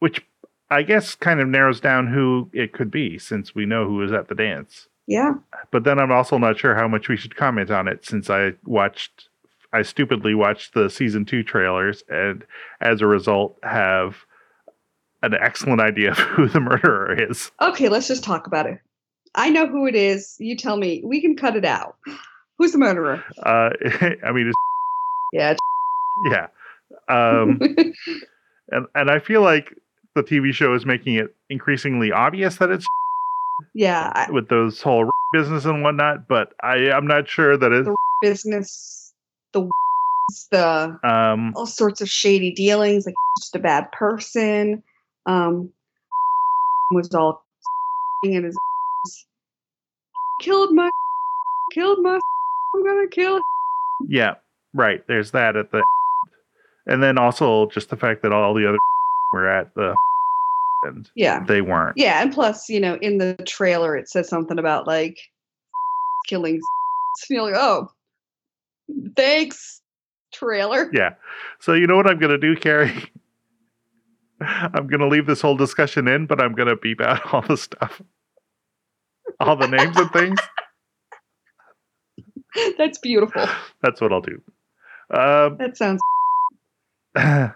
which I guess kind of narrows down who it could be since we know who was at the dance. Yeah. But then I'm also not sure how much we should comment on it since I watched, I stupidly watched the season two trailers and as a result have an excellent idea of who the murderer is. Okay, let's just talk about it. I know who it is. You tell me. We can cut it out. Who's the murderer? Uh, I mean, it's, Yeah. yeah. Um, and, and I feel like the TV show is making it increasingly obvious that it's yeah. I, with those whole business and whatnot, but I, I'm not sure that it's. business, the the Um, all sorts of shady dealings. Like just a bad person. Um, was all in his killed my killed my. I'm gonna kill. yeah, right. There's that at the. And then also just the fact that all the other were at the. And Yeah, they weren't. yeah, and plus, you know, in the trailer, it says something about like killing. You're like, oh, thanks, trailer. Yeah. So you know what I'm going to do, Carrie? I'm going to leave this whole discussion in, but I'm going to beep out all the stuff. All the names and things. That's beautiful. That's what I'll do. Um, That sounds I